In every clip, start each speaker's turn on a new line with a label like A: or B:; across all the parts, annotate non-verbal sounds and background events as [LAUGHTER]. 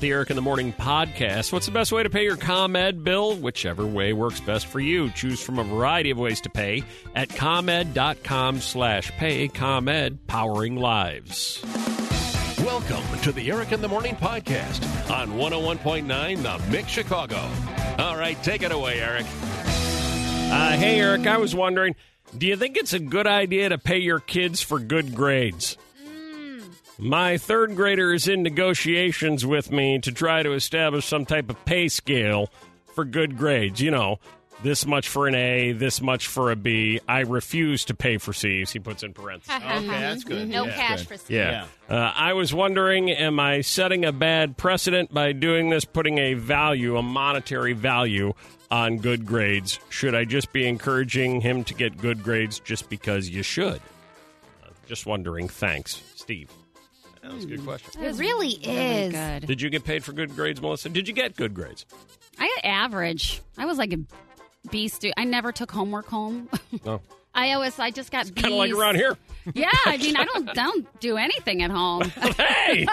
A: the Eric in the Morning podcast. What's the best way to pay your ComEd bill? Whichever way works best for you. Choose from a variety of ways to pay at ComEd.com slash pay. ComEd, powering lives.
B: Welcome to the Eric in the Morning podcast on 101.9 The Mix Chicago. All right, take it away, Eric.
A: Uh, hey, Eric, I was wondering, do you think it's a good idea to pay your kids for good grades? My third grader is in negotiations with me to try to establish some type of pay scale for good grades. You know, this much for an A, this much for a B. I refuse to pay for C's, he puts in parentheses.
B: Okay, that's good.
C: Mm-hmm. No cash for Steve.
A: Yeah. Uh, I was wondering, am I setting a bad precedent by doing this, putting a value, a monetary value on good grades? Should I just be encouraging him to get good grades just because you should? Uh, just wondering. Thanks, Steve.
B: That was a good question.
C: Mm-hmm. It
D: [LAUGHS]
C: really is.
E: Good.
A: Did you get paid for good grades, Melissa? Did you get
C: [LAUGHS]
A: good grades?
E: I got average. I was like a B student. I never took homework home. [LAUGHS]
A: No.
E: I always, I just got
A: Kind of like
E: Bs.
A: around here.
E: Yeah, I mean, I don't don't do anything at home.
A: [LAUGHS] hey!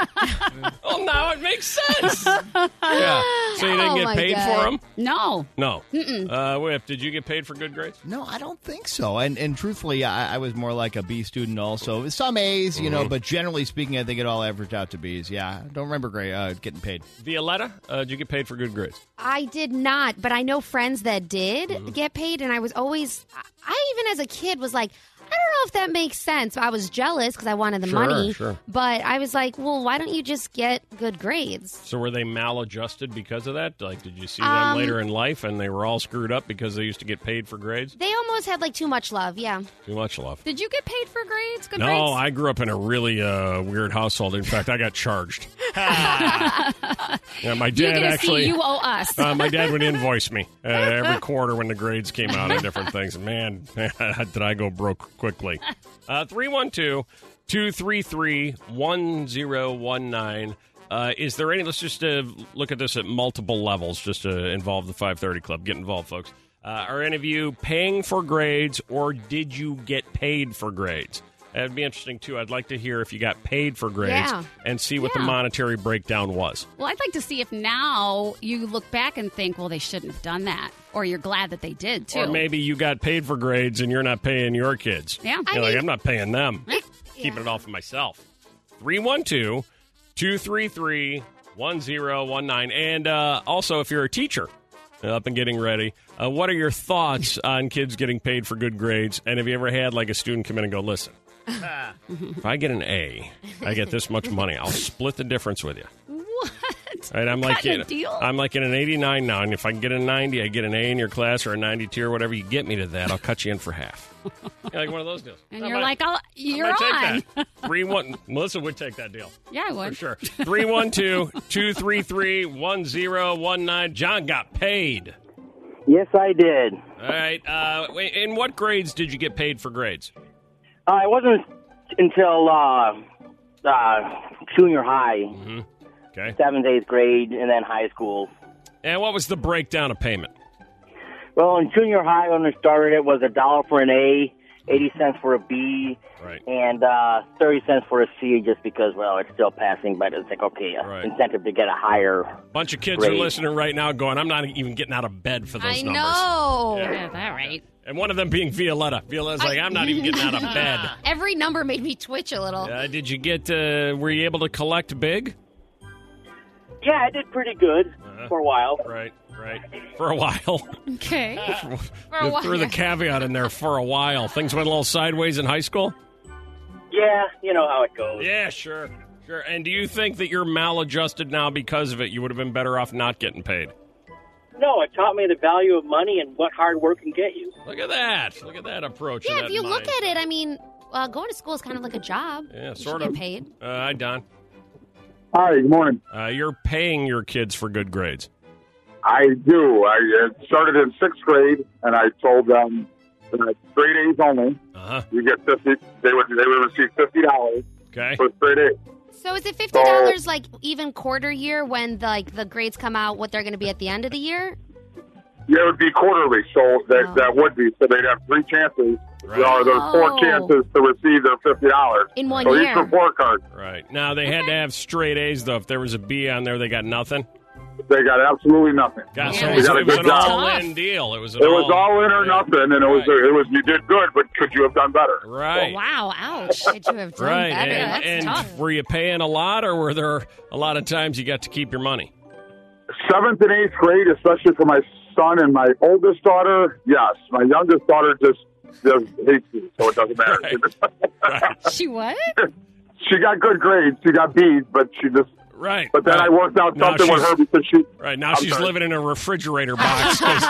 A: well, now it makes
E: [LAUGHS]
A: sense. Yeah. So you didn't
C: Oh,
A: get
C: my
A: paid
C: God.
A: for them?
E: No,
A: No. Uh, Whip, did you get paid for good grades?
F: No, I don't think so. And and truthfully, I, I was more like a B student also. Some A's, you
A: Mm-hmm.
F: know, but generally speaking, I think it all averaged out to B's. Yeah, I don't remember great uh, getting paid.
A: Violetta, uh, did you get paid for good grades?
C: I did not, but I know friends that did
A: Mm-hmm.
C: get paid, and I was always, I- I even as a kid was like, I don't know if that makes sense. I was jealous because I wanted the
A: Sure,
C: money,
A: sure.
C: but I was like, well, why don't you just get good grades?
A: So were they maladjusted because of that? Like, did you see them
C: Um,
A: later in life and they were all screwed up because they used to get paid for grades?
C: They almost had like too much love, yeah.
A: Too much love.
E: did you get paid for grades? Good
A: no,
E: grades.
A: I grew up in a really uh, weird household. In fact, I got
E: [LAUGHS]
A: charged. [LAUGHS] yeah, my
E: you
A: dad
E: get a
A: actually.
E: C. You owe us.
A: uh, my dad would invoice me uh, every quarter when the grades came out and different things. And man, [LAUGHS] did I go broke quickly. Uh, 312 233 1019. Is there any? Let's just uh, look at this at multiple levels, just to involve the 530 Club. Get involved, folks. Uh, are any of you paying for grades or did you get paid for grades? That'd be interesting too. I'd like to hear if you got paid for grades
C: Yeah.
A: and see what the
E: Yeah.
A: monetary breakdown was.
E: [LAUGHS] well, I'd like to see if now you look back and think, well, they shouldn't have done that, or you're glad that they did too.
A: Or maybe you got paid for grades and you're not paying your kids.
E: Yeah.
A: You're
E: I
A: like,
C: mean-
A: I'm not paying them. Keeping
C: Yeah.
A: it all for myself. 312 233 1019. And uh, also, if you're a teacher uh, up and getting ready, uh, what are your thoughts on kids getting paid for good grades? And have you ever had like a student come in and go, listen,
D: Ah.
C: [LAUGHS]
A: if I get an A, I get this much money. I'll split the difference with you.
E: What?
A: [LAUGHS] And I'm like,
E: Cutting a
A: you know,
E: deal?
A: I'm like in an 89 now, and if I can get a 90, I get an A in your class or a 92 or whatever. You get me to that, I'll cut you in for half. You're like one of those deals.
E: And
A: I
E: you're
A: might-
E: like, I'll,
A: I
E: you're
A: might
E: on.
A: take that. Three one. [LAUGHS] Melissa would take that deal
E: Yeah, I would.
A: for sure. Three one two two three three one zero one nine. John got paid.
G: Yes, I did.
A: All right. Uh, wait, in what grades did you get paid for grades?
G: Uh, it wasn't until uh, uh, junior high,
A: Mm-hmm. Okay.
G: seventh, eighth grade, and then high school.
A: And what was the breakdown of payment?
G: Well, in junior high, when I started, it was a dollar for an A, 80 cents for a B,
A: Mm-hmm. Right.
G: and uh, 30 cents for a C just because, well, it's still passing, but it's like, okay, a
A: Right.
G: incentive to get a higher.
A: Bunch of kids are
G: Grade.
A: listening right now, going, "I'm not even getting out of bed for those
C: I
A: numbers."
C: know.
E: Yeah, that right.
A: And one of them being Violetta. Violetta's like, I'm not even getting out of bed.
C: [LAUGHS]
E: [LAUGHS]
C: Every number made me twitch a little.
A: Uh, did you get, uh, were you able to collect big? Uh,
G: Yeah, I did pretty good for a while.
A: Right, right. For a while.
C: [LAUGHS]
E: Okay.
D: Ah.
C: For a
A: [LAUGHS] You Threw the
C: while.
A: caveat in there for a while. Things went a little sideways in high school?
G: Yeah, you know how it goes.
A: Yeah, sure. Sure. And do you think that you're maladjusted now because of it? You would have been better off not getting paid.
G: No, it taught me the value of money and what hard work can get you.
A: Look at that. Look at that approach. and
C: yeah, if
A: that
C: you look
A: mind.
C: at it, I mean, uh, going to school is kind of like a job.
A: Yeah,
C: You should
A: sort
C: get
A: of.
C: paid.
A: Uh, hi, Don.
H: Hi, good morning.
A: Uh, you're paying your kids for good grades.
H: I do. I uh, started in sixth grade, and I told them that straight A's only.
A: Uh huh.
H: You get fifty. They would they would receive fifty dollars
A: Okay.
H: for straight A's.
C: So is it fifty dollars like even quarter year when the, like the grades come out what they're going to be at the end of the year?
H: Yeah, it would be quarterly, so that
C: Oh.
H: that would be so they'd have three chances There are there's four
C: Oh.
H: chances to receive their fifty dollars
C: In one
H: so
C: year.
H: each report card,
A: Right. Now they had to have straight A's though. If there was a B on there, they got nothing.
H: they got absolutely nothing.
A: Got
E: Yeah,
A: so it
E: they
A: was,
H: got a
A: it was
H: good
A: an
H: job.
A: all in deal. It was an
H: It was all in or
A: yeah.
H: nothing, and it was
A: Right.
H: it was you did good, but could you have done better?
A: Right.
E: Wow, ouch.
C: Could you have done
A: Right.
C: better?
A: And,
E: That's
A: and
E: tough.
A: were you paying a lot or were there a lot of times you got to keep your money?
H: seventh and eighth grade, especially for my son and my oldest daughter. Yes, my youngest daughter just just hates me, so it doesn't matter. [LAUGHS]
E: She what?
H: she got good grades, she got B's, but she just.
A: Right.
H: But then
A: right.
H: I worked out
A: Now
H: something with
A: she's-
H: her because she.
A: Right. Now
H: I'm
A: she's
H: sorry.
A: living in a refrigerator box because
H: [LAUGHS]
A: Don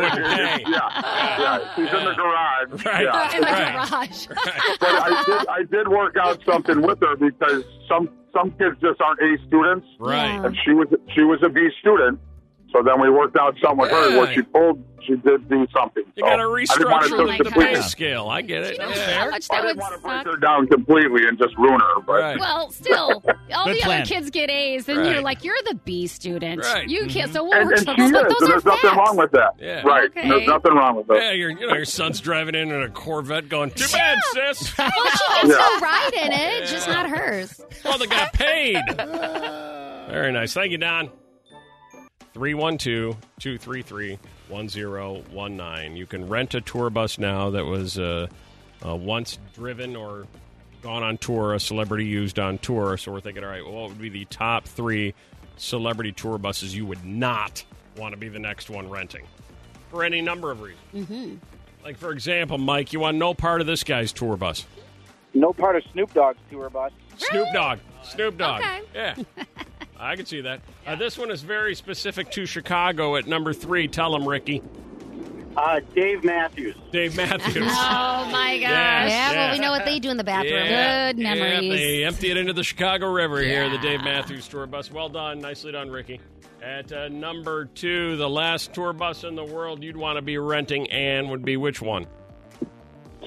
A: wouldn't
H: Yeah,
A: pay.
H: yeah,
D: [LAUGHS]
H: she's in the garage.
A: Right.
H: Yeah.
E: In the
A: Right.
E: garage.
H: [LAUGHS] But I did, I did work out something with her because some some kids just aren't A students.
A: Right.
C: Yeah.
H: and she was she was a B student. So then we worked out something with her where she pulled, she did do something.
A: You
H: so
A: got to
H: I didn't want to
A: restructure
H: just
E: like
A: the
H: completely,
A: pay scale. I get it.
E: You know
A: That's
E: how
A: fair.
E: much
H: I
E: that
H: didn't
E: would
H: want to break
E: suck.
H: her down completely and just ruin her. But
A: Right.
E: Well,
A: [LAUGHS]
E: still, all
F: Good
E: the
F: plan.
E: other kids get A's, and
A: Right.
E: you're like, you're the B student.
A: Right. Mm-hmm.
E: You can't. So what
H: and,
E: works
H: and
E: for
H: she
E: those?
H: is,
E: But those
H: and
E: are
H: there's nothing
E: facts.
H: wrong with that.
A: Yeah.
H: Right,
E: Okay.
H: there's nothing wrong with that.
A: Yeah, your you know your son's driving in in a Corvette, going too bad, sis.
C: Well, she can
H: [LAUGHS] Yeah.
C: still ride in it, just not hers.
A: Well, they got paid. Very nice. Thank you, Don. 312-233-1019. You can rent a tour bus now that was uh, uh, once driven or gone on tour, a celebrity used on tour. So we're thinking, all right, well, what would be the top three celebrity tour buses you would not want to be the next one renting? For any number of reasons.
C: Mm-hmm.
A: Like, for example, Mike, you want no part of this guy's tour bus.
I: No part of Snoop Dogg's tour bus.
A: Snoop Dogg. Snoop Dogg.
C: Okay.
E: [LAUGHS]
A: Yeah. I can see that. Uh, this one is very specific to Chicago at number three. Tell him, Ricky.
I: Uh, Dave Matthews.
A: Dave Matthews.
E: [LAUGHS] Oh my gosh.
A: Yes,
C: Yeah, well, we
A: yes.
C: know what they do in the bathroom.
A: Yeah,
E: Good
A: yeah,
E: memories.
A: they empty it into the Chicago River here, the
E: Yeah.
A: Dave Matthews tour bus. Well done. Nicely done, Ricky. At uh, number two, the last tour bus in the world you'd want to be renting and would be which one?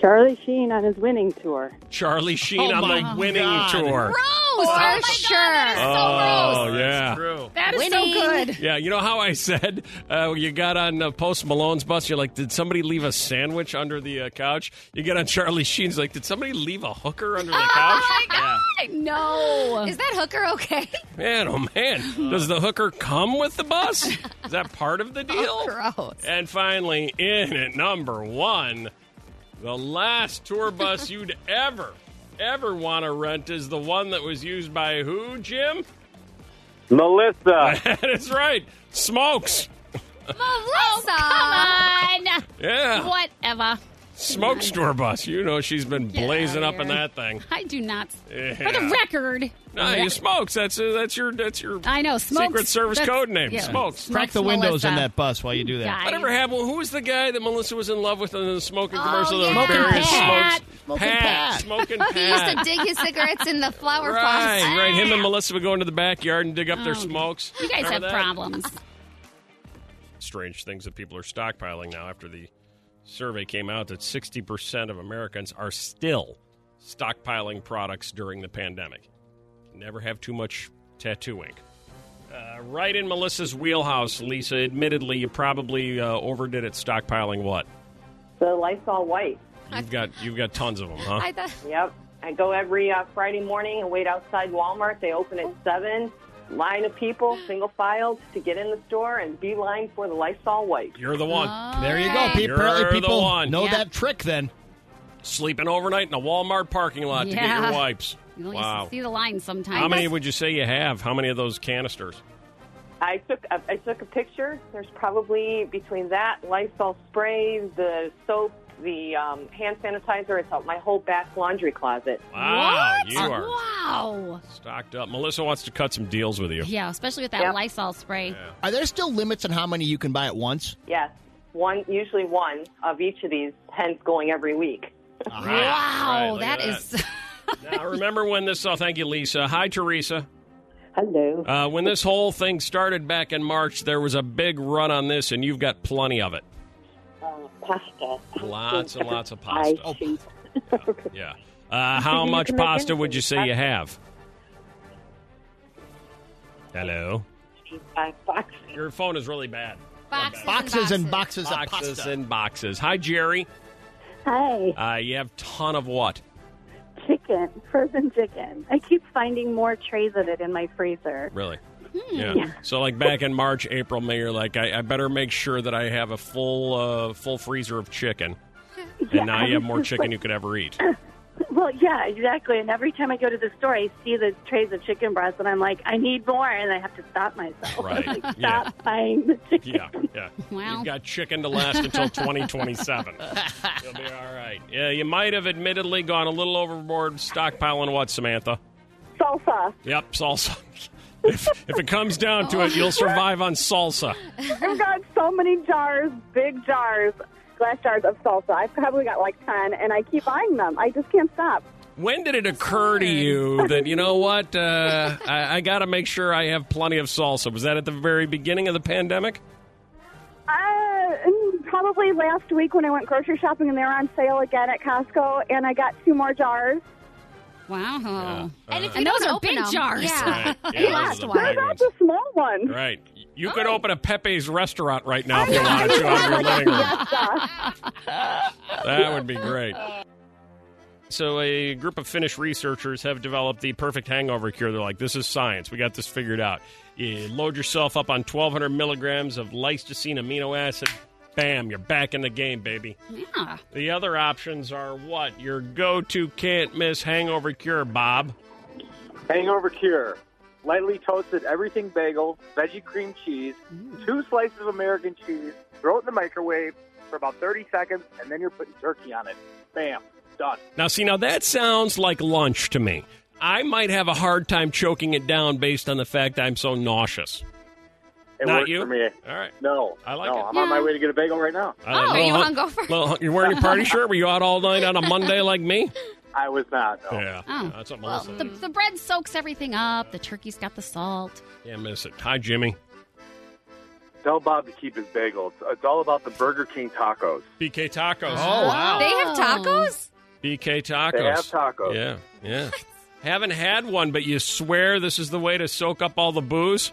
J: Charlie Sheen on his winning tour.
A: Charlie Sheen
F: Oh,
A: on
F: my
A: the winning
F: God.
A: tour.
E: Gross. Oh, my
C: For
E: God, that is
C: sure.
E: so
A: Oh,
E: gross.
A: yeah.
E: That is
C: Winning.
E: so good.
A: [LAUGHS] Yeah, you know how I said uh, you got on uh, Post Malone's bus. You're like, did somebody leave a sandwich under the uh, couch? You get on Charlie Sheen's, like, did somebody leave a hooker under the
E: [LAUGHS] Oh
A: couch?
E: No.
C: Is that hooker
E: [LAUGHS]
C: okay?
A: Man, oh man, does the hooker come with the bus? Is that part of the deal?
C: Gross.
A: And finally, in at number one, the last tour bus you'd ever, ever want to rent is the one that was used by who, Jim?
I: Melissa.
A: [LAUGHS] that is right, Smokes.
E: Oh, come
A: Yeah.
E: on. Whatever.
A: Smoke store bus. You know she's been blazing up in
E: here.
A: that thing.
E: I do not.
A: Yeah.
E: For the record.
A: No, you smokes. That's uh, that's your that's your
E: I know. Smokes.
A: Secret Service
E: That's-
A: code name.
E: yeah.
A: Smokes.
F: Crack the
E: Melissa.
F: windows on that bus while you do that.
A: I never had one. Who was the guy that Melissa was in love with in the smoking
C: Oh,
A: commercial? that
C: yeah.
A: embarrassed
E: Pat.
A: Smokes?
F: Smoking
A: Pat.
F: Pat.
A: Smoking
C: [LAUGHS] He used to
A: Pat.
C: dig his cigarettes in the flower
A: Right,
C: pots.
A: right. Him and Melissa would go into the backyard and dig up their
E: Oh.
A: smokes.
E: You guys
A: Remember
E: have
A: that? [LAUGHS]
E: problems.
A: strange things that people are stockpiling now after the survey came out that 60% of Americans are still stockpiling products during the pandemic. Never have too much tattoo ink. Uh, right in Melissa's wheelhouse, Lisa. Admittedly, you probably uh, overdid it stockpiling what?
J: The Lysol White.
A: You've got you've got tons of them, huh?
C: I thought,
J: Yep. I go every uh, Friday morning and wait outside Walmart. They open at 7. Line of
E: [GASPS]
J: people, single filed, to get in the store and beeline for the Lysol White.
A: You're the one.
F: There you go.
E: Alright.
F: Pe-
A: You're
F: Apparently,
A: the
F: people
A: one.
F: know
E: Oh, Yeah.
F: that trick. Then
A: Sleeping overnight in a Walmart parking lot to get
E: Yeah.
A: your wipes.
E: You don't
A: Wow.
E: see the line sometimes.
A: How many would you say you have? How many of those canisters?
J: I took a, I took a picture. There's probably between that Lysol spray, the soap, the um, hand sanitizer. It's out my whole back laundry closet.
A: Wow,
E: What?
A: you are
E: Wow.
A: Stocked up. Melissa wants to cut some deals with you.
E: Yeah, especially with that
J: Yep.
E: Lysol spray.
F: are there still limits on how many you can buy at once?
J: Yes, one usually one of each of these. Hence, going every week.
A: Right,
E: Wow,
A: look at
E: that is.
A: now, remember when this? Oh, thank you, Lisa. Hi, Teresa.
J: Hello.
A: Uh, when this whole thing started back in March, there was a big run on this, and you've got plenty of it.
J: Uh, pasta.
A: Lots and lots of pasta. Oh.
J: I hate-
A: [LAUGHS] Yeah. Uh, how
J: You
A: much
J: can make
A: pasta would you
J: anything.
A: say you have? Hello.
J: I box-
A: Your phone is really bad.
C: boxes,
A: [LAUGHS]
F: Boxes and boxes, of
A: Boxes
F: pasta.
A: and boxes. Hi, Jerry.
K: Hi,
A: Uh, you have ton of what?
K: chicken, frozen chicken. I keep finding more trays of it in my freezer.
A: Really? Yeah. So like back in March, April, May, you're like, I, I better make sure that I have a full uh, full freezer of chicken.
K: Yeah,
A: And now you have
K: I'm
A: more
K: just
A: chicken
K: like-
A: you could ever eat.
K: [LAUGHS] Well, yeah, exactly. And every time I go to the store, I see the trays of chicken breasts, and I'm like, I need more, and I have to stop myself. [LAUGHS]
A: Right.
K: Like, stop
A: Yeah.
K: buying the chicken.
A: Yeah, yeah. You've got chicken to last until 2027. You'll be all right. Yeah, you might have admittedly gone a little overboard stockpiling what, Samantha?
K: Salsa.
A: Yep, salsa. [LAUGHS] if, if it comes down to it, you'll survive on salsa.
K: I've got so many jars, big jars, glass jars of salsa. I've probably got like 10, and I keep buying them. I just can't stop.
A: When did it occur to [LAUGHS] you that, you know what, uh, I, I got to make sure I have plenty of salsa? Was that at the very beginning of the pandemic?
K: Uh, mm, probably last week when I went grocery shopping, and they were on sale again at Costco, and I got two more jars.
E: Wow.
A: And if
E: oh. And those are big jars.
A: Yeah. Uh,
E: [LAUGHS]
A: Right. Yeah, those are the big ones.
K: The small one.
A: Right. You could open a Pepe's restaurant right now if you wanted to out of your living room. That would be great. [LAUGHS] So, a group of Finnish researchers have developed the perfect hangover cure. They're like, this is science. We got this figured out. You load yourself up on 1,200 milligrams of lysocene amino acid. Bam, you're back in the game, baby.
E: Yeah.
A: The other options are what? Your go to can't miss hangover cure, Bob.
I: Hangover cure. Lightly toasted everything bagel, veggie cream cheese,
C: Mm.
I: two slices of American cheese, throw it in the microwave for about 30 seconds, and then you're putting turkey on it. Bam. Done.
A: Now, see, now that sounds like lunch to me. I might have a hard time choking it down based on the fact I'm so nauseous.
I: It
A: Not
I: worked
A: you?
I: for me.
A: All right.
I: No.
A: I like
I: no,
A: it.
I: I'm on my way to get a bagel right now.
C: Oh,
A: I like- Uh, little
C: you
A: hun-
C: hungover?
A: little hun- you wearing
C: [LAUGHS]
A: your party shirt? Were you out all night on a Monday like me?
I: I was not. No.
A: Yeah.
E: Oh.
A: That's what
E: Well,
A: Melissa
E: the, the bread soaks everything up. The turkey's got the salt.
A: Can't miss it. Hi, Jimmy.
I: Tell Bob to keep his bagel. It's, it's all about the Burger King tacos.
A: BK Tacos.
L: Oh,
F: wow.
C: They have tacos?
A: BK Tacos.
I: They have tacos.
A: Yeah. Yeah. Haven't had one, but you swear this is the way to soak up all the booze?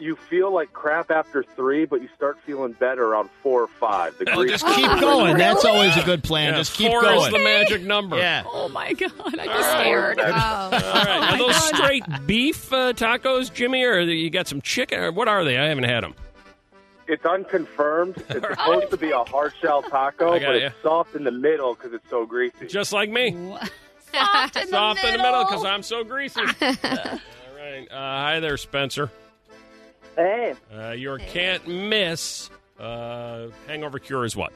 I: You feel like crap after three, but you start feeling better around four or five. The
A: Oh,
I: Greek-
A: just
F: Keep going. That's always a good plan.
A: Yeah,
F: Just keep
A: four is
F: going.
A: the magic number.
F: yeah.
E: Oh my god! I just
A: Oh,
E: scared.
A: All right. Are those straight beef uh, tacos, Jimmy, or you got some chicken? Or what are they? I haven't had them.
I: It's unconfirmed. It's supposed to be a hard shell taco,
A: I
I: but
A: got
I: it's soft in the middle because it's so greasy.
A: Just like me.
E: Soft in the
A: Soft
E: middle.
A: in the middle because I'm so greasy. All right. Uh, hi there, Spencer.
J: Hey,
A: Uh, your can't miss uh, hangover cure is what?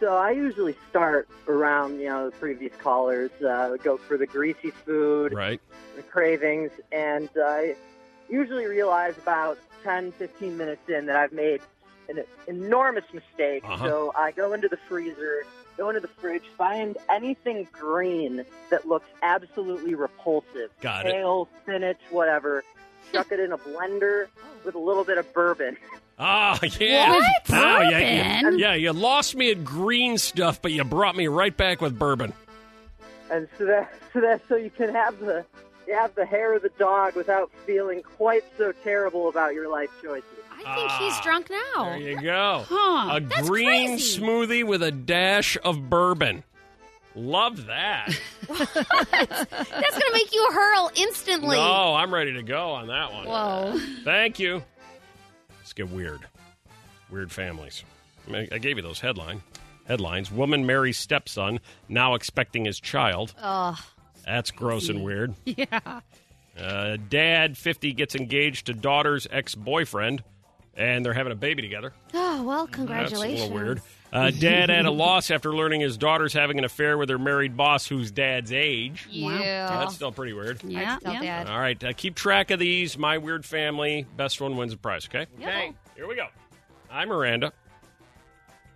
J: so I usually start around, you know, the previous callers, uh, go for the greasy food,
A: Right.
J: the cravings, and I usually realize about 10, 15 minutes in that I've made an enormous mistake.
A: Uh-huh.
J: So I go into the freezer, go into the fridge, find anything green that looks absolutely repulsive. [LAUGHS]
A: Got it.
J: Kale, spinach,
A: [LAUGHS]
J: whatever. Chuck it in a blender
A: Oh.
J: with a little bit of bourbon.
A: Ah, yeah.
E: What?
A: Wow, yeah, you,
E: Bourbon?
A: yeah, you lost me at green stuff, but you brought me right back with bourbon.
J: and so that [LAUGHS] so that so you can have the you have the hair of the dog without feeling quite so terrible about your life choices.
C: I think he's
A: Ah,
C: drunk now.
A: There you go.
E: Oh. Huh,
A: A
E: that's
A: green
E: crazy.
A: smoothie with a dash of bourbon. Love
E: [LAUGHS]
A: that.
C: [LAUGHS] That's going to make you hurl instantly.
A: no, I'm ready to go on that one.
C: Whoa.
A: Thank you. Let's get weird. Weird families. I, mean, I gave you those headline headlines. Woman marries stepson, now expecting his child.
C: Ugh.
A: That's gross and
C: [LAUGHS]
A: weird.
E: Yeah.
A: Uh, dad, 50, gets engaged to daughter's ex boyfriend, and they're having a baby together.
C: Oh, well,
A: That's a
C: congratulations.
A: little weird. Uh, dad at a loss after learning his daughter's having an affair with her married boss who's dad's age.
C: Yeah.
A: That's still pretty weird.
E: Yeah.
C: Tell
E: yeah.
C: Dad.
A: All right, uh, keep track of these. My weird family. Best one wins the prize, okay?
E: Okay.
A: Here we go. Hi, Miranda.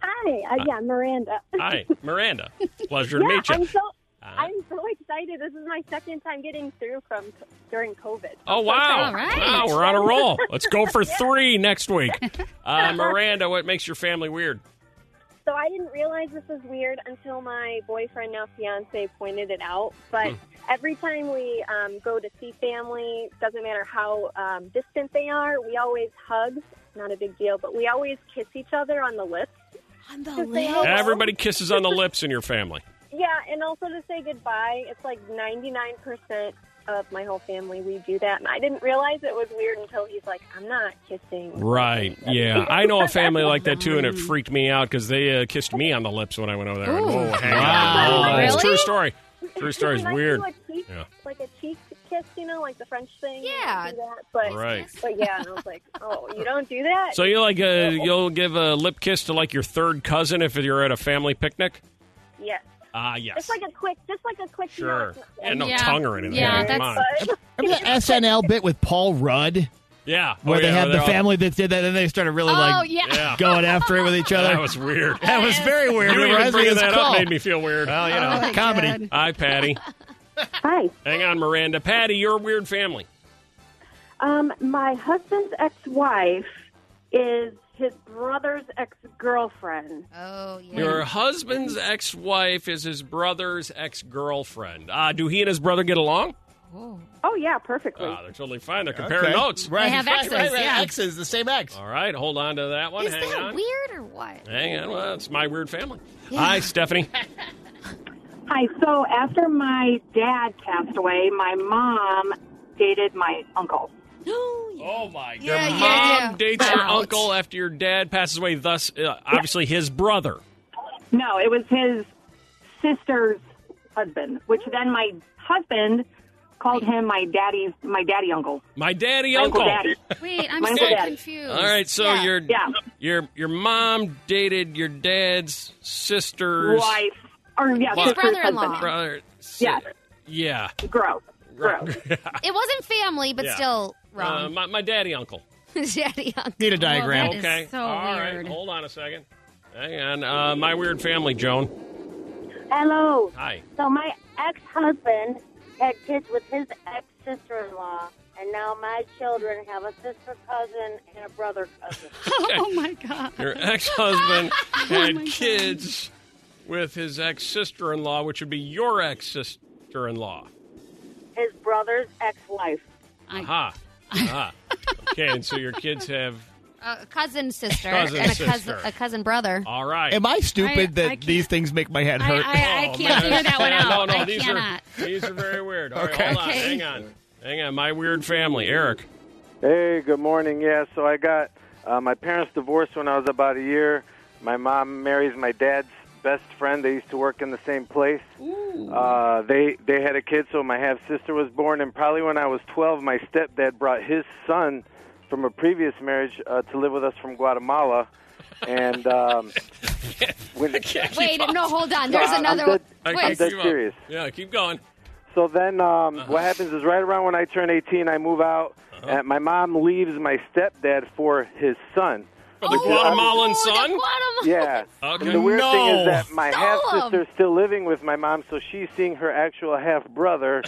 K: Hi, uh, yeah, Miranda. [LAUGHS]
A: Hi, Miranda. Pleasure to
K: yeah,
A: meet you.
K: I'm so I'm so excited. This is my second time getting through from during COVID.
A: Oh wow!
E: All right.
A: Wow, we're on a roll. Let's go for three next
K: [LAUGHS]
A: week. Uh, Miranda, what makes your family weird?
K: So I didn't realize this was weird until my boyfriend, now fiance, pointed it out. But
A: Hmm.
K: every time we um, go to see family, doesn't matter how um, distant they are, we always hug. Not a big deal, but we always kiss each other on the lips.
E: On the
K: To say hello.
A: Everybody kisses on the lips in your family.
K: Yeah, and also to say goodbye. It's like 99% of my whole family, we do that. And I didn't realize it was weird until he's like, I'm not kissing.
A: Right. Yeah. I know a family like that too, and it freaked me out because they uh, kissed me on the lips when I went over there.
K: Ooh.
A: Whoa, hang on.
K: Wow.
A: Oh, it's a True
K: Really?
A: story. True
K: [LAUGHS]
A: story. It's
K: And I
A: weird.
K: do a cheek-
A: Yeah.
K: Like a cheek kiss, you know, like the French thing. Yeah. Do that, but,
A: Right.
K: but yeah, and I was like, oh, you don't do that?
A: So you like uh, you'll give a lip kiss to like your third cousin if you're at a family picnic.
K: yes.
A: Ah,
K: Just
A: yes.
K: like a quick, just like a quick. you know,
A: Sure.
K: it's not-
A: Yeah, no Yeah. tongue or anything. Yeah, Come that's- on.
F: Remember the SNL bit with Paul Rudd?
A: Yeah.
F: Where
A: Oh,
F: they
A: yeah,
F: had
A: they're
F: the
A: all-
F: family that did that, and they started really
A: Oh,
F: like
A: yeah. Yeah.
F: [LAUGHS] going after it with each other.
A: That was weird.
F: That was very weird.
A: You
F: It
A: even
F: reminds me
A: bringing
F: of this
A: that
F: call.
A: up made me feel weird.
F: Well, you know, Oh, my comedy. God.
A: Hi, Patty.
D: Hi.
A: Hang on, Miranda. Patty, you're a weird family.
D: Um, my husband's ex-wife is his brother's ex-girlfriend.
C: Oh, yeah.
A: Your husband's ex-wife is his brother's ex-girlfriend. Uh, do he and his brother get along?
D: Oh yeah, perfectly.
A: Ah, they're totally fine. They're comparing
F: Okay.
A: notes.
F: Right, They have right, exes, right, right. yeah.
A: Exes, the same ex. All right, hold on to that one.
C: Is
A: Hang
C: that
A: on.
C: weird or what?
A: Hang on. Well, it's my weird family. Hi, Stephanie.
D: Hi. So after my dad passed away, my mom dated my uncle.
A: Oh my
D: Yeah,
A: Your
D: yeah,
A: mom
D: yeah.
A: dates your
D: Ouch.
A: uncle after your dad passes away, thus uh, obviously his brother.
D: No, it was his sister's husband, which then my husband called him my daddy's my daddy uncle.
A: My daddy
D: My
A: uncle.
D: Uncle Daddy.
C: Wait,
D: My
C: I'm
D: Uncle
C: so
D: Daddy.
C: confused.
A: All right, so
C: Yeah.
A: your
D: Yeah.
A: your your mom dated your dad's sister's
D: Wife or yeah,
A: Wa-
D: sister's husband.
A: Brother.
D: Yes.
A: Yeah.
D: Gross.
A: Gross.
C: It wasn't family, but
A: Yeah.
C: still wrong.
A: Uh, my, my daddy uncle.
C: [LAUGHS] Daddy uncle.
F: Need a
C: diagram. that is
A: okay.
C: so
A: All right,
C: weird.
A: Hold on a second. Hang on. Uh, my weird family, Joan.
M: Hello.
A: Hi.
M: So my ex-husband had kids with his ex-sister-in-law, and now my children have a sister cousin and a brother cousin.
E: [LAUGHS] Oh my god.
A: Your [LAUGHS] ex-husband had
E: my God.
A: kids with his ex-sister-in-law, which would be your ex-sister-in-law.
M: His brother's ex-wife.
A: Aha. Aha. okay, and so your kids have.
C: A cousin sister
A: Cousin
C: and a
A: sister.
C: cousin, a cousin brother.
A: All right.
F: Am I stupid
C: I-
F: that
C: I
F: these things make my head hurt?
C: I- I
A: Oh,
C: can't
A: man.
C: figure that one out.
A: [LAUGHS] No, no,
C: I
A: these
C: cannot.
A: are these are very weird. All right,
F: Okay.
A: hold on.
F: Okay.
A: Hang on. Hang on. My weird family, Eric.
N: Hey, good morning. Yeah, so I got uh, my parents divorced when I was about a year. My mom marries my dad's best friend. They used to work in the same place. Uh, they they had a kid, so my half sister was born, and probably when I was 12, my stepdad brought his son from a previous marriage uh, to live with us from Guatemala. And
A: [LAUGHS]
N: um, when,
C: Wait, no, hold on.
N: No,
C: There's
N: I- I'm
C: another
N: dead-
C: one.
N: I-
C: Wait.
N: I'm dead serious.
A: Yeah, keep going. Uh-huh.
N: So then, um, what happens is right around when I turn 18, I move out, and my mom leaves my stepdad for his son.
A: For Oh, the
N: which is
A: Guatemalan
N: obvious-
A: son?
N: Yeah.
A: [LAUGHS] Okay.
N: And the weird thing
A: No.
N: is that my
A: Stole
N: half sister's still living with my mom, so she's seeing her actual half brother.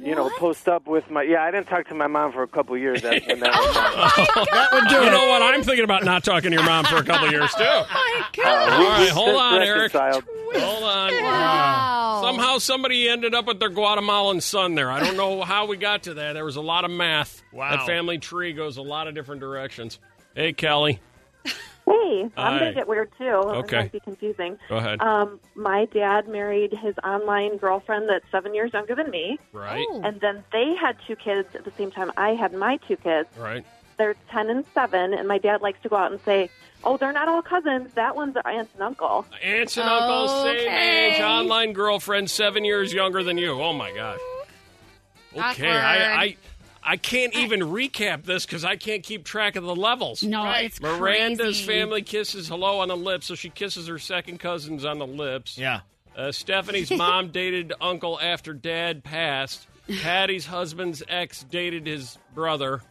N: You know, post up with my yeah. I didn't talk to my mom for a couple years. That's [LAUGHS] when that happened.
A: That would do you know what? I'm thinking about not talking to your mom for a [LAUGHS] couple of years, too. Oh All right, hold on, Eric. Hold on. Somehow somebody ended up with their Guatemalan son there. I don't know how we got to that. There was a lot of math.
F: Wow.
A: That family tree goes a lot of different directions. Hey, Kelly.
O: Hey, I'm
A: Hi.
O: going to get weird too.
A: Okay.
O: It might be confusing.
A: Go ahead.
O: Um, my dad married his online girlfriend that's seven years younger than me.
A: Right. Oh.
O: And then they had two kids at the same time I had my two kids.
A: Right.
O: They're 10 and 7, and my dad likes to go out and say, Oh, they're not all cousins. That one's their aunt and uncle.
A: Aunts and uncles, same
O: Okay.
A: age, online girlfriend, seven years younger than you. Oh, my gosh. Okay, I, I,
E: Awkward.
A: I can't even recap this because I can't keep track of the levels.
E: No, it's
A: Miranda's
E: crazy.
A: family kisses hello on the lips, so she kisses her second cousins on the lips. Yeah.
E: [LAUGHS]
A: Uh, Stephanie's mom dated uncle after dad passed. Patty's husband's ex dated his brother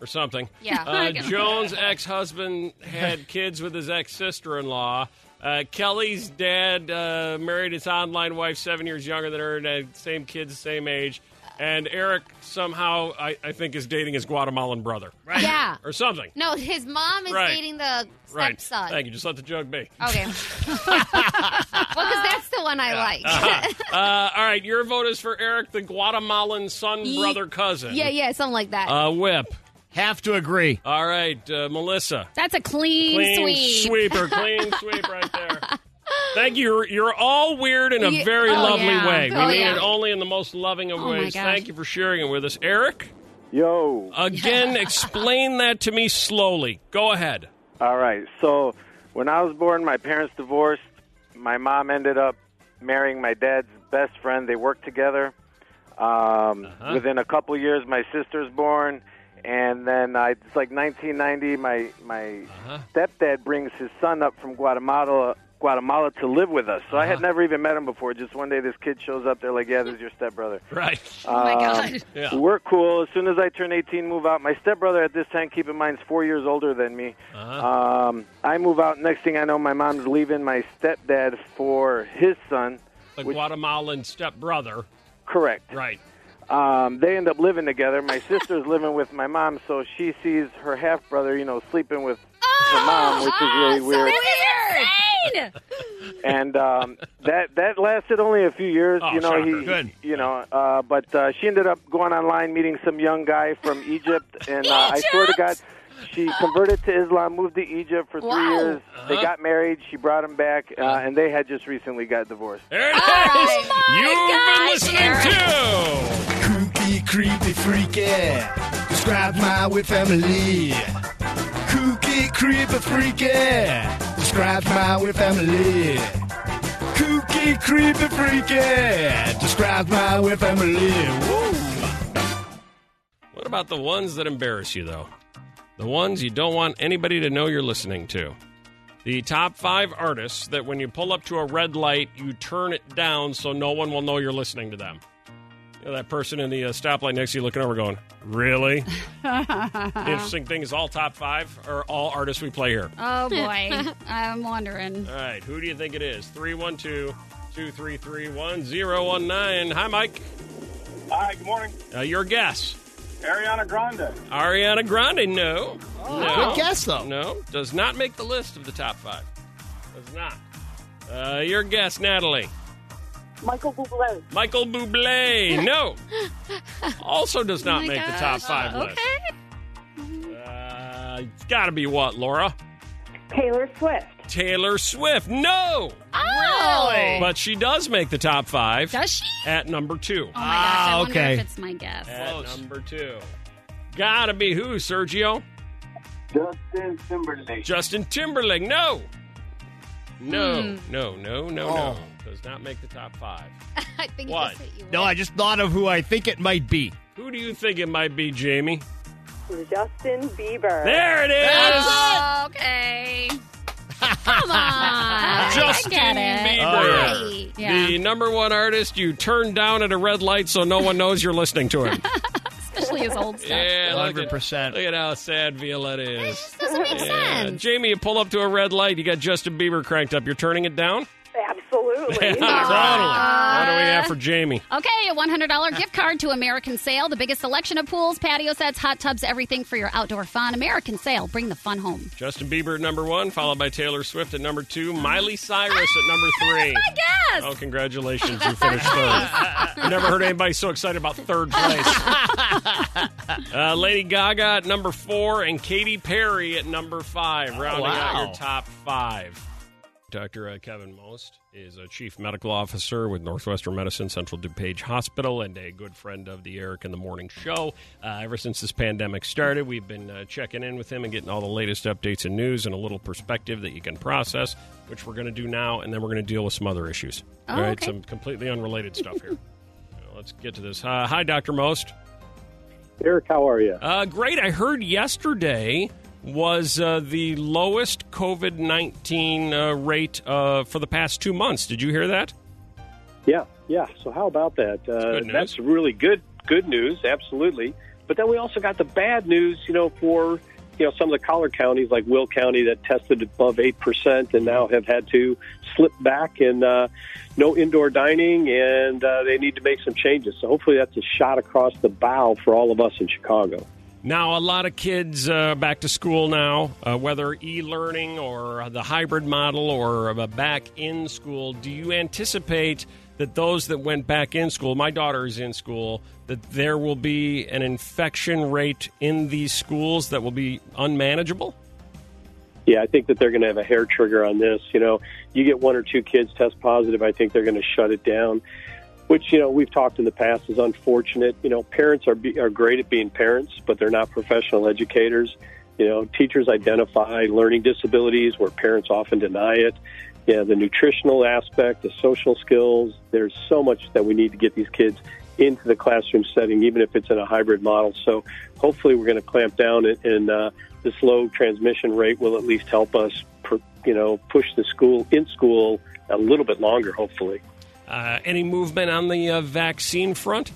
A: or something.
P: Yeah.
E: [LAUGHS]
A: Uh, Jones' ex husband had [LAUGHS] kids with his ex sister in law. Uh, Kelly's dad uh, married his online wife seven years younger than her, and had same kids, same age. And Eric somehow, I, I think, is dating his Guatemalan brother. Right.
C: Yeah.
A: Or something.
C: [LAUGHS] No, his mom is
A: Right.
C: dating the
A: Right.
C: stepson.
A: Thank you. Just let the joke be. [LAUGHS]
C: Okay. well, because that's the one I like. [LAUGHS]
A: Uh-huh. Uh, all right, your vote is for Eric, the Guatemalan son,
C: Ye-
A: brother, cousin.
C: Yeah, yeah, something like that.
A: Uh, Whip.
F: Have to agree.
A: All right, uh, Melissa.
E: That's a clean, sweep.
A: sweeper, clean
E: [LAUGHS]
A: sweep right there. Thank you. You're, you're all weird in a
E: You-
A: very
E: oh,
A: lovely
E: yeah.
A: way. We
E: Oh,
A: mean
E: yeah.
A: it only in the most loving of
E: Oh, my
A: ways.
E: gosh.
A: Thank you for sharing it with us, Eric.
N: Yo.
E: [LAUGHS]
A: Again, explain that to me slowly. Go ahead.
N: All right. So when I was born, my parents divorced. My mom ended up marrying my dad's best friend. They worked together. Um, Within a couple years, my sister's born, and then I, it's like 1990. My my
A: Uh-huh.
N: stepdad brings his son up from Guatemala. Guatemala to live with us. So I had never even met him before. Just one day, this kid shows up. They're like, "Yeah, this is your stepbrother."
A: Right.
N: Oh my
A: God. Yeah.
N: We're cool. As soon as I turn 18, move out. My stepbrother at this time, keep in mind, is four years older than me. Um, I move out. Next thing I know, my mom's leaving my stepdad for his son.
A: The Guatemalan stepbrother.
N: Correct.
A: Right.
N: Um, they end up living together. My [LAUGHS] sister's living with my mom, so she sees her half brother, you know, sleeping with her mom, which is really weird.
A: [LAUGHS]
E: Weird.
N: and um, that that lasted only a few years.
A: Oh,
N: you know,
A: shocker.
N: he,
A: Good.
N: you know, uh, but uh, she ended up going online, meeting some young guy from Egypt, and uh, I swear to God, she converted to Islam, moved to Egypt for three
A: Wow.
N: years. They
A: Uh-huh.
N: got married. She brought him back, uh, and they had just recently got divorced.
A: There it is. You've been listening to.
P: Kooky, creepy, freaky. Describe my wee family. Kooky, creepy, freaky. Describe my wee family. Kooky, creepy, freaky. Describe my wee family. Woo!
A: What about the ones that embarrass you, though? The ones you don't want anybody to know you're listening to. The top five artists that when you pull up to a red light, you turn it down so no one will know you're listening to them. You know, that person in the uh, stoplight next to you looking over going, Really?
E: Uh-uh.
A: The interesting thing is all top five are all artists we play here.
E: oh
A: [LAUGHS]
E: boy, I'm wondering.
A: All right, who do you think it is? 312 233 1019. Hi, Mike.
Q: Hi, good morning.
A: Uh, your guess.
Q: Ariana Grande.
A: Ariana Grande, no. no.
F: Oh. Good guess, though.
A: No, does not make the list of the top five. Does not. Uh, your guess, Natalie.
D: Michael Bublé. [LAUGHS]
A: Michael Bublé, no. Also does not
D: Oh
E: my
A: make the top
E: gosh.
A: five list.
E: Okay.
A: Uh, it's got to be what, Laura?
D: Taylor Swift.
A: Taylor Swift, no.
E: Oh.
A: But she does make the top five.
E: Does she?
A: At number two.
E: Oh my gosh, I wonder if it's my guess.
A: At Ah, number two. Gotta be who, Sergio?
Q: Justin Timberlake.
A: Justin Timberlake. No. No,
Q: Hmm.
A: no, no, no, no.
F: Oh.
A: Does not make the top five.
C: [LAUGHS] I think
A: What?
C: you just hit you.
F: No, I just thought of who I think it might be.
A: Who do you think it might be, Jamie?
D: Justin Bieber.
A: There it is.
E: Oh, okay.
A: [LAUGHS]
E: Come on. Ah,
A: Justin
E: I get it.
N: Oh,
A: Bieber.
E: Yeah.
A: Oh, The number one artist you turn down at a red light so no one knows you're listening to him.
E: Especially his old stuff.
A: yeah, look at,
F: 100%.
A: look at how sad Violetta is.
E: Doesn't make
A: Yeah.
E: sense.
A: Jamie, you pull up to a red light, you got Justin Bieber cranked up. You're turning it down?
D: Absolutely.
A: [LAUGHS] totally.
E: Uh,
A: What do we have for Jamie?
E: Okay, a $100 gift card to American Sale, the biggest selection of pools, patio sets, hot tubs, everything for your outdoor fun. American Sale, bring the fun home.
A: Justin Bieber at number one, followed by Taylor Swift at number two, Miley Cyrus at
E: [LAUGHS] Oh
A: number three.
E: I guess.
A: Oh, congratulations, you
E: [LAUGHS]
A: finished third. I never heard anybody so excited about third place. uh, Lady Gaga at number four and Katy Perry at number five,
E: Oh,
A: rounding out
F: wow.
A: your top five. Dr. uh, Kevin Most is a chief medical officer with Northwestern Medicine Central DuPage Hospital and a good friend of the Eric in the Morning Show. Uh, ever since this pandemic started, we've been uh, checking in with him and getting all the latest updates and news and a little perspective that you can process, which we're going to do now, and then we're going to deal with some other issues.
B: Oh,
A: all right,
B: okay.
A: some completely unrelated stuff here. [LAUGHS] Uh, Let's get to this. Uh, hi, Dr. Most.
L: Eric, how are you?
A: Uh, great. I heard yesterday was uh, the lowest COVID 19 uh, rate uh, for the past two months. Did you hear that?
L: Yeah, yeah. So how about that? Uh,
A: good news.
L: That's really good, good news, absolutely. But then we also got the bad news, you know, for you know some of the collar counties like Will County that tested above eight percent and now have had to slip back and uh, no indoor dining, and uh, they need to make some changes. So hopefully that's a shot across the bow for all of us in Chicago.
A: Now, a lot of kids uh, back to school now, uh, whether e learning or the hybrid model or uh, back in school. Do you anticipate that those that went back in school, my daughter is in school, that there will be an infection rate in these schools that will be unmanageable?
L: Yeah, I think that they're going to have a hair trigger on this. You know, you get one or two kids test positive, I think they're going to shut it down, which, you know, we've talked in the past is unfortunate. You know, parents are, be, are great at being parents, but they're not professional educators. You know, teachers identify learning disabilities where parents often deny it. Yeah, the nutritional aspect, the social skills. There's so much that we need to get these kids into the classroom setting, even if it's in a hybrid model. So hopefully, we're going to clamp down, and, and uh, this low transmission rate will at least help us, per, you know, push the school in school a little bit longer. Hopefully.
A: Uh, any movement on the uh, vaccine front?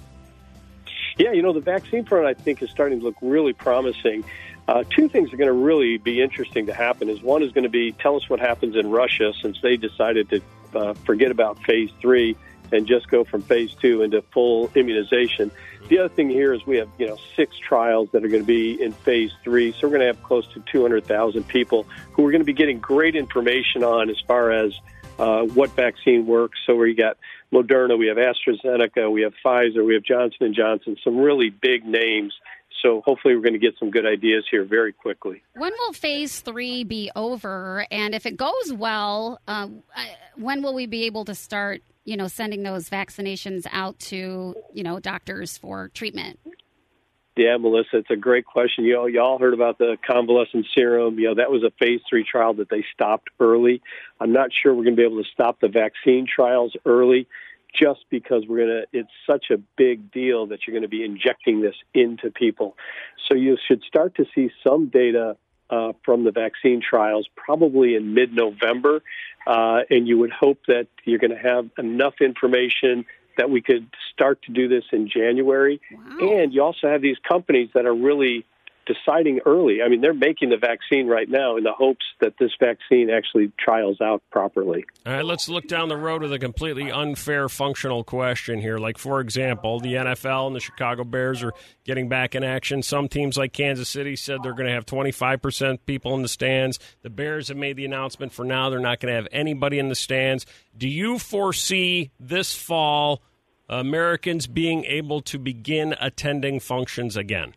L: Yeah, you know, the vaccine front, I think, is starting to look really promising. Uh, two things are going to really be interesting to happen is one is going to be tell us what happens in Russia since they decided to uh, forget about phase three and just go from phase two into full immunization. The other thing here is we have, you know, six trials that are going to be in phase three. So we're going to have close to 200,000 people who we're going to be getting great information on as far as uh, what vaccine works. So we got Moderna, we have AstraZeneca, we have Pfizer, we have Johnson and Johnson, some really big names. So hopefully we're going to get some good ideas here very quickly.
E: When will phase three be over? And if it goes well, um, I- when will we be able to start, you know, sending those vaccinations out to, you know, doctors for treatment?
L: Yeah, Melissa, it's a great question. You all, y'all heard about the convalescent serum. You know, that was a phase three trial that they stopped early. I'm not sure we're going to be able to stop the vaccine trials early just because we're going to, it's such a big deal that you're going to be injecting this into people. So you should start to see some data uh, from the vaccine trials probably in mid November. Uh, and you would hope that you're going to have enough information that we could start to do this in January. And you also have these companies that are really deciding early. I mean, they're making the vaccine right now in the hopes that this vaccine actually trials out properly.
A: All right, let's look down the road with a completely unfair functional question here. Like, for example, the NFL and the Chicago Bears are getting back in action. Some teams, like Kansas City, said they're going to have 25% people in the stands. The Bears have made the announcement for now they're not going to have anybody in the stands. Do you foresee this fall Americans being able to begin attending functions again?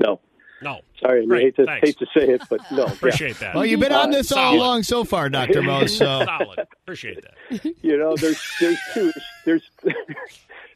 L: No.
A: No.
L: Sorry, I
A: Great,
L: hate to,
A: thanks.
L: hate to say it, but no.
A: [LAUGHS]
L: yeah.
A: Appreciate that.
F: Well, you've been on
L: Uh,
F: this all
L: solid.
F: along so far, Dr. Mo.
A: [LAUGHS]
F: So.
A: Solid. Appreciate that.
L: [LAUGHS] you know, there's there's two there's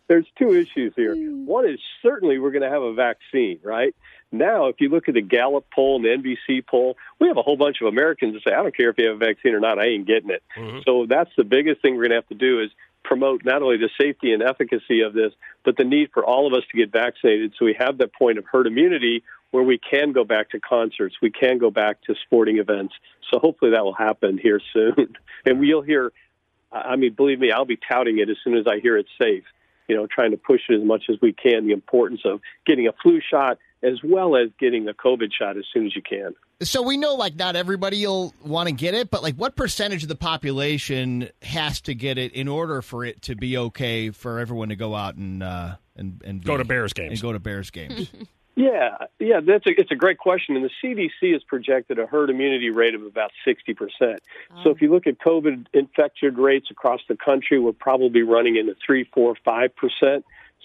L: there's two issues here. One is certainly we're going to have a vaccine, right? Now, if you look at the Gallup poll and the NBC poll, we have a whole bunch of Americans that say, "I don't care if you have a vaccine or not, I ain't getting it." So that's the biggest thing we're going to have to do is promote not only the safety and efficacy of this, but the need for all of us to get vaccinated so we have that point of herd immunity where we can go back to concerts, we can go back to sporting events. So hopefully that will happen here soon. [LAUGHS] And we'll hear I I mean, believe me, I'll be touting it as soon as I hear it's safe. You know, trying to push it as much as we can. The importance of getting a flu shot as well as getting a COVID shot as soon as you can.
F: So we know, like, not everybody will want to get it, but like, what percentage of the population has to get it in order for it to be okay for everyone to go out and uh, and and
A: Go
F: be-
A: to Bears games.
F: and go to Bears games?
L: Yeah, yeah, that's a, it's a great question. And the CDC has projected a herd immunity rate of about 60%. So if you look at COVID infected rates across the country, we're probably running in the 3, 4, 5%.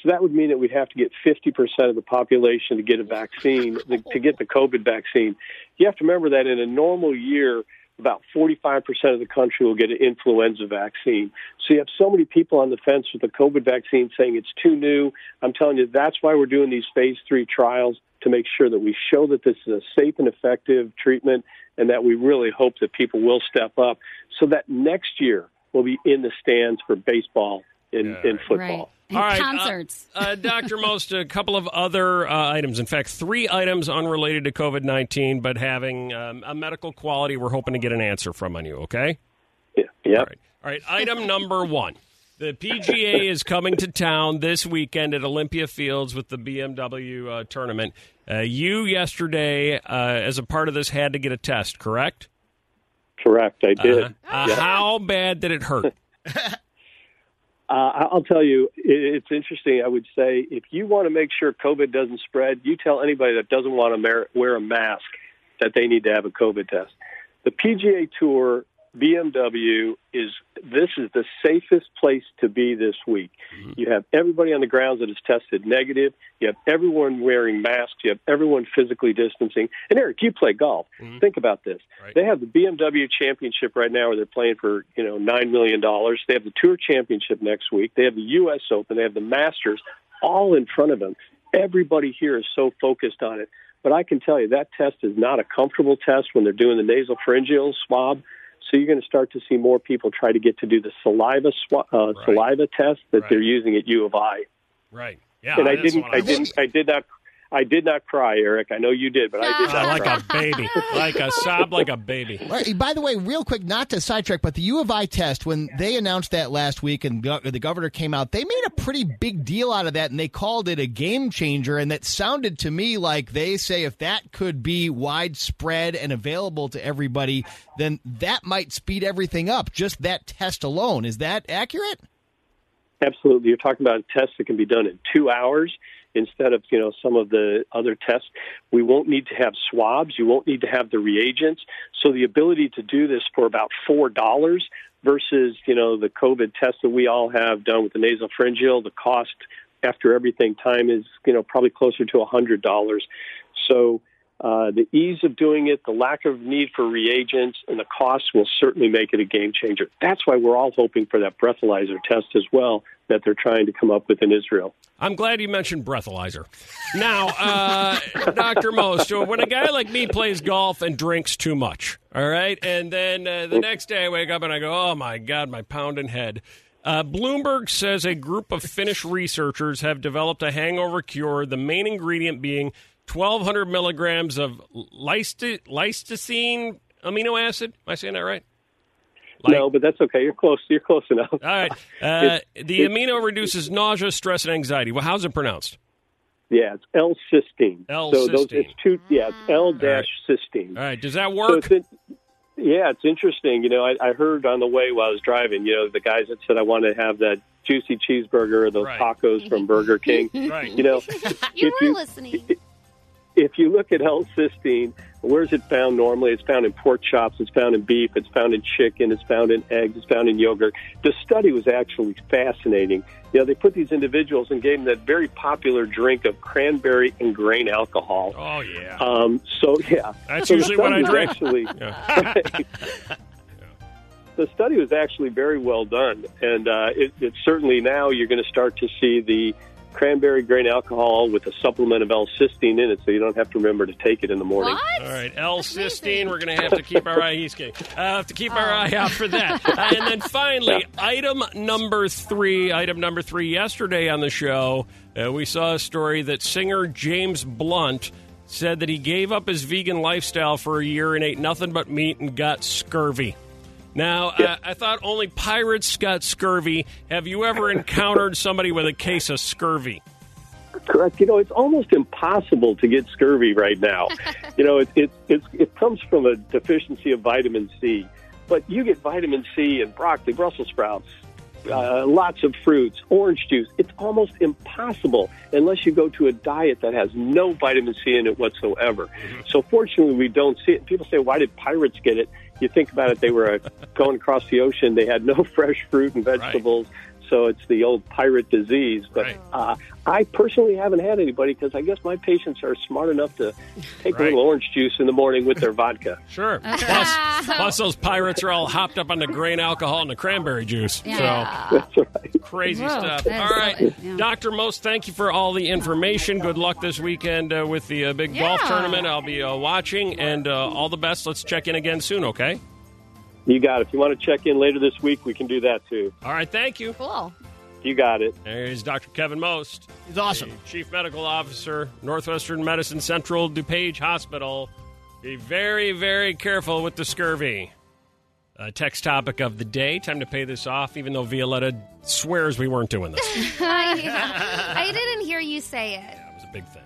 L: So that would mean that we'd have to get 50% of the population to get a vaccine, to get the COVID vaccine. You have to remember that in a normal year, about 45% of the country will get an influenza vaccine. So you have so many people on the fence with the COVID vaccine saying it's too new. I'm telling you, that's why we're doing these phase three trials to make sure that we show that this is a safe and effective treatment and that we really hope that people will step up so that next year we'll be in the stands for baseball and, and football.
A: All right, concerts. [LAUGHS] Uh, uh, Dr. Most, a couple of other uh, items. In fact, three items unrelated to COVID 19, but having um, a medical quality we're hoping to get an answer from on you, okay?
L: Yeah. yeah.
A: All right. All right, item number one.
L: [LAUGHS]
A: The PGA is coming to town this weekend at Olympia Fields with the BMW uh, tournament. Uh, you yesterday, uh, as a part of this, had to get a test, correct?
L: Correct, I did.
A: Uh-huh. Uh, How bad did it hurt?
L: Uh, I- I'll tell you, i- it's interesting. I would say if you want to make sure COVID doesn't spread, you tell anybody that doesn't want to mer- wear a mask that they need to have a COVID test. The PGA Tour BMW is this is the safest place to be this week. You have everybody on the grounds that is tested negative. You have everyone wearing masks. You have everyone physically distancing. And Eric, you play golf. Think about this. They have the BMW Championship right now, where they're playing for you know nine million dollars. They have the Tour Championship next week. They have the U.S. Open. They have the Masters, all in front of them. Everybody here is so focused on it. But I can tell you that test is not a comfortable test when they're doing the nasal pharyngeal swab. So you're going to start to see more people try to get to do the saliva swa- uh, saliva test that they're using at U of I.
A: Right. Yeah.
L: and I
A: that's
L: didn't,
A: what
L: I, didn't, I did not, I did not cry, Eric. I know you did, but I did
A: Ah,
L: not
A: like
L: cry.
A: a baby, [LAUGHS] like a sob, like a baby.
F: Right, By the way, real quick, not to sidetrack, but the U of I test, when they announced that last week and go- the governor came out, they made a pretty big deal out of that and they called it a game changer. And that sounded to me like they say if that could be widespread and available to everybody, then that might speed everything up, just that test alone. Is that accurate?
L: Absolutely. You're talking about a test that can be done in two hours instead of, you know, some of the other tests. We won't need to have swabs. You won't need to have the reagents. So the ability to do this for about $4 versus, you know, the COVID test that we all have done with the nasopharyngeal, the cost after everything time is, you know, probably closer to $100. So uh, the ease of doing it, the lack of need for reagents, and the costs will certainly make it a game changer. That's why we're all hoping for that breathalyzer test as well that they're trying to come up with in Israel.
A: I'm glad you mentioned breathalyzer. Now, uh, Dr. Most, when a guy like me plays golf and drinks too much, all right, and then uh, the next day I wake up and I go, oh my God, my pounding head. Uh, Bloomberg says a group of Finnish researchers have developed a hangover cure, the main ingredient being 1,200 milligrams of lyste- lysticine amino acid. Am I saying that right?
L: no, but that's okay. You're close. You're close enough. All [LAUGHS]
A: right. Uh, the amino reduces nausea, stress, and anxiety. Well, how's it pronounced?
L: Yeah, it's L-cysteine. So those,
A: L-cysteine.
L: it's two. Yeah, it's L-cysteine.
A: All right. Does that
L: So
A: work?
L: it's in, yeah, it's interesting. You know, I, I heard on the way while I was driving, you know, the guys that said I want to have that juicy cheeseburger or those tacos from Burger King.
A: [LAUGHS] Right.
L: You know,
C: [LAUGHS] You
L: if
C: were
L: you-
C: listening.
L: if you look at L-cysteine, where's it found normally? It's found in pork chops, it's found in beef, it's found in chicken, it's found in eggs, it's found in yogurt. The study was actually fascinating. You know, they put these individuals and gave them that very popular drink of cranberry and grain alcohol.
A: Oh yeah.
L: Um, so [LAUGHS] yeah,
A: That's
L: So the
A: usually what I
L: study was
A: drink.
L: Actually,
A: [LAUGHS]
L: the study was actually very well done, and uh, it, it certainly now you're going to start to see the cranberry grain alcohol with a supplement of L-cysteine in it, so you don't have to remember to take it in the morning.
A: All right, L-cysteine. We're going to have to keep our eye. He's kidding. Uh, have to keep our eye out for that. Uh, and then finally, item number three. Item number three. Yesterday on the show, uh, we saw a story that singer James Blunt said that he gave up his vegan lifestyle for a year and ate nothing but meat and got scurvy. Now, uh, I thought only pirates got scurvy. Have you ever encountered somebody with a case of scurvy?
L: Correct. You know, it's almost impossible to get scurvy right now. you know, it, it, it's, it comes from a deficiency of vitamin C. But you get vitamin C in broccoli, Brussels sprouts, uh, lots of fruits, orange juice. It's almost impossible unless you go to a diet that has no vitamin C in it whatsoever. So, fortunately, we don't see it. People say, why did pirates get it? You think about it, they were uh, going across the ocean, they had no [LAUGHS] fresh fruit and vegetables so it's the old pirate disease. But uh, I personally haven't had anybody because I guess my patients are smart enough to take a little orange juice in the morning with their vodka.
A: Sure. Plus, plus, those pirates are all hopped up on the grain alcohol and the cranberry juice.
L: Yeah.
A: So crazy
L: Whoa,
A: stuff.
L: that is
A: All right, Doctor Most, thank you for all the information. Good luck this weekend uh, with the uh, big golf
L: Yeah.
A: tournament. I'll be uh, watching, and uh, all the best. Let's check in again soon. Okay.
L: You got it. If you want to check in later this week, we can do that too.
A: All right. Thank you.
C: Cool.
L: You got it.
A: There's Dr. Kevin Most.
F: He's awesome.
A: Chief Medical Officer, Northwestern Medicine Central DuPage Hospital. Be very, very careful with the scurvy. Uh, text topic of the day. Time to pay this off, even though Violetta swears we weren't doing this.
C: [LAUGHS] I,
A: [LAUGHS]
C: I didn't hear you say it. [LAUGHS]
A: That was a big thing.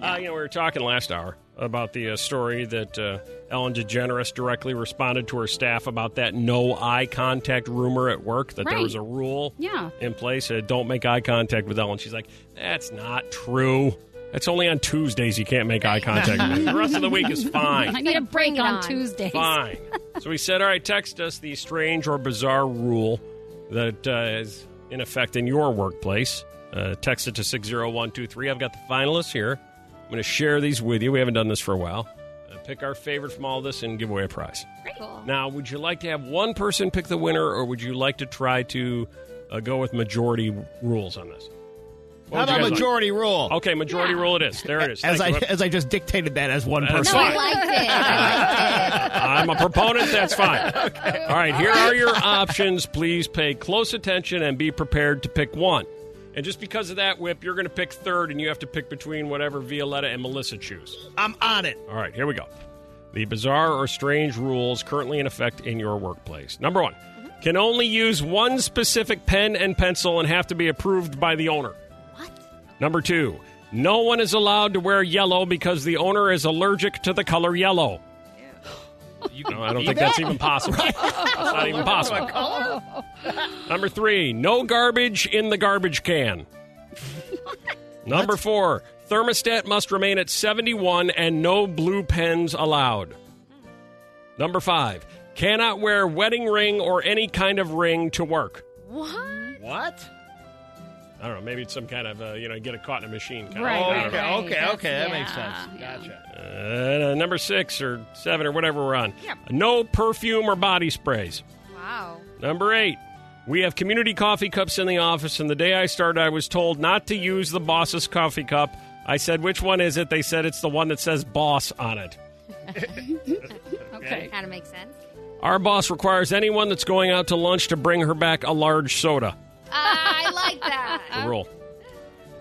A: Yeah. Uh, you know, we were talking last hour about the uh, story that uh, Ellen DeGeneres directly responded to her staff about that no eye contact rumor at work, that there
E: Right.
A: was a rule
E: Yeah.
A: in place uh, don't make eye contact with Ellen. She's like, that's not true. It's only
E: [LAUGHS]
A: on Tuesdays you can't make eye contact with me. The rest of the week is fine.
E: I need a break on Tuesdays.
A: Fine. So we said, all right, text us the strange or bizarre rule that uh, is in effect in your workplace. Uh, text it to 60123. I've got the finalists here. I'm going to share these with you. We haven't done this for a while. Uh, pick our favorite from all this and give away a prize.
E: Cool.
A: Now, would you like to have one person pick the winner, or would you like to try to uh, go with majority rules on this? What would you
F: How about
A: guys like?
F: majority rule?
A: Okay, majority rule it is. There it is.
F: As I
A: Thank you.
F: as I just dictated that as one
A: That's
F: person.
A: fine. [LAUGHS] I'm a proponent. That's
F: [LAUGHS]
A: fine. All right, here are your options. Please pay close attention and be prepared to pick one. And just because of that, Whip, you're going to pick third, and you have to pick between whatever Violetta and Melissa choose.
F: I'm on it.
A: All right, here we go. The bizarre or strange rules currently in effect in your workplace. Number one, can only use one specific pen and pencil and have to be approved by the owner. What? Number two, no one is allowed to wear yellow because the owner is allergic to the color yellow. You, no, I don't think that's even [LAUGHS] possible. It's not even possible. Number three, no garbage in the garbage can. Number four, thermostat must remain at 71 and no blue pens allowed. Number five, cannot wear wedding ring or any kind of ring to work.
C: What?
F: What?
A: I don't know. Maybe it's some kind of, uh, you know, get it caught in a machine kind
F: Right,
A: of
F: right,
A: I don't know.
F: right. Okay, That's- okay, that yeah, makes sense. yeah. Gotcha.
A: Uh, number six or seven or whatever we're on. No perfume or body sprays.
C: Wow.
A: Number eight, we have community coffee cups in the office, and the day I started, I was told not to use the boss's coffee cup. I said, which one is it? They said it's the one that says boss on it.
C: okay. Kind of makes sense.
A: Our boss requires anyone that's going out to lunch to bring her back a large soda.
C: I like
A: [LAUGHS]
C: that.
A: The rule.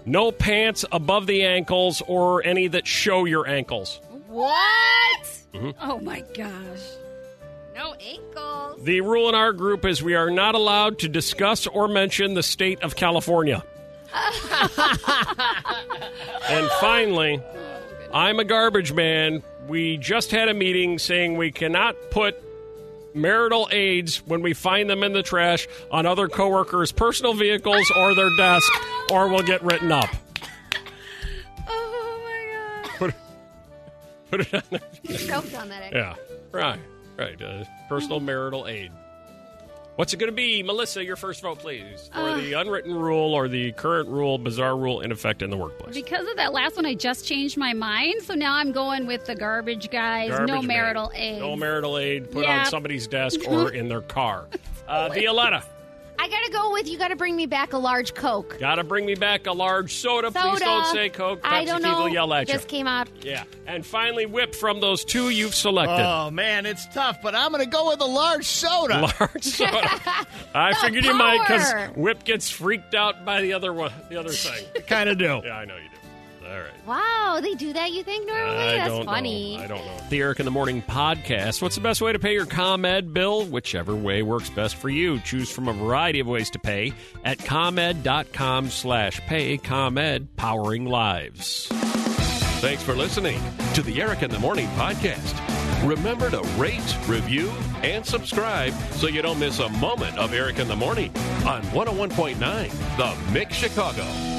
A: No pants above the ankles or any that show your ankles.
E: What?
F: Mm-hmm.
A: Mhm.
E: Oh my gosh.
C: No ankles.
A: The rule in our group is we are not allowed to discuss or mention the state of California. And finally, I'm a garbage man. We just had a meeting saying we cannot put marital aids when we find them in the trash on other coworkers' personal vehicles or their desk, or we'll get written up. Oh my god! Put, it- put it on there.
C: Choked on that.
A: Yeah. Right. Right. Uh, personal marital aid. What's it going to be, Melissa? Your first vote, please, for
E: Ugh.
A: the unwritten rule or the current rule, bizarre rule in effect in the workplace.
E: Because of that last one, I just changed my mind. So now I'm going with the garbage guys. no
A: Garbage
E: marital
A: man.
E: aid.
A: No marital aid put
E: Yeah.
A: on somebody's desk or in their car. Uh, Violetta,
C: I gotta go with you. Got to bring me back a large Coke.
A: gotta bring me back a large soda. Uh, Please
C: Soda.
A: don't say Coke. Pepsi
C: I don't know.
A: people yell at
C: Just
A: you.
C: came out.
A: yeah. And finally, whip from those two you've selected.
F: Oh
A: [LAUGHS]
F: [LAUGHS] man, it's tough, but I'm gonna go with a large soda.
A: Large soda. I figured you might because Whip gets freaked out by the other one, the other thing.
F: kind of do.
A: Yeah, I know you do. All right.
C: Wow, they do that. You think normally?
A: I
C: That's
A: don't know.
C: funny.
A: I don't know. The Eric in the Morning podcast. What's the best way to pay your ComEd bill? Whichever way works best for you. Choose from a variety of ways to pay at ComEd.com slash pay. ComEd, powering lives.
B: Thanks for listening to the Eric in the Morning podcast. Remember to rate, review, and subscribe so you
A: oh
B: don't miss a moment of Eric in the Morning on 101.9 The Mix Chicago.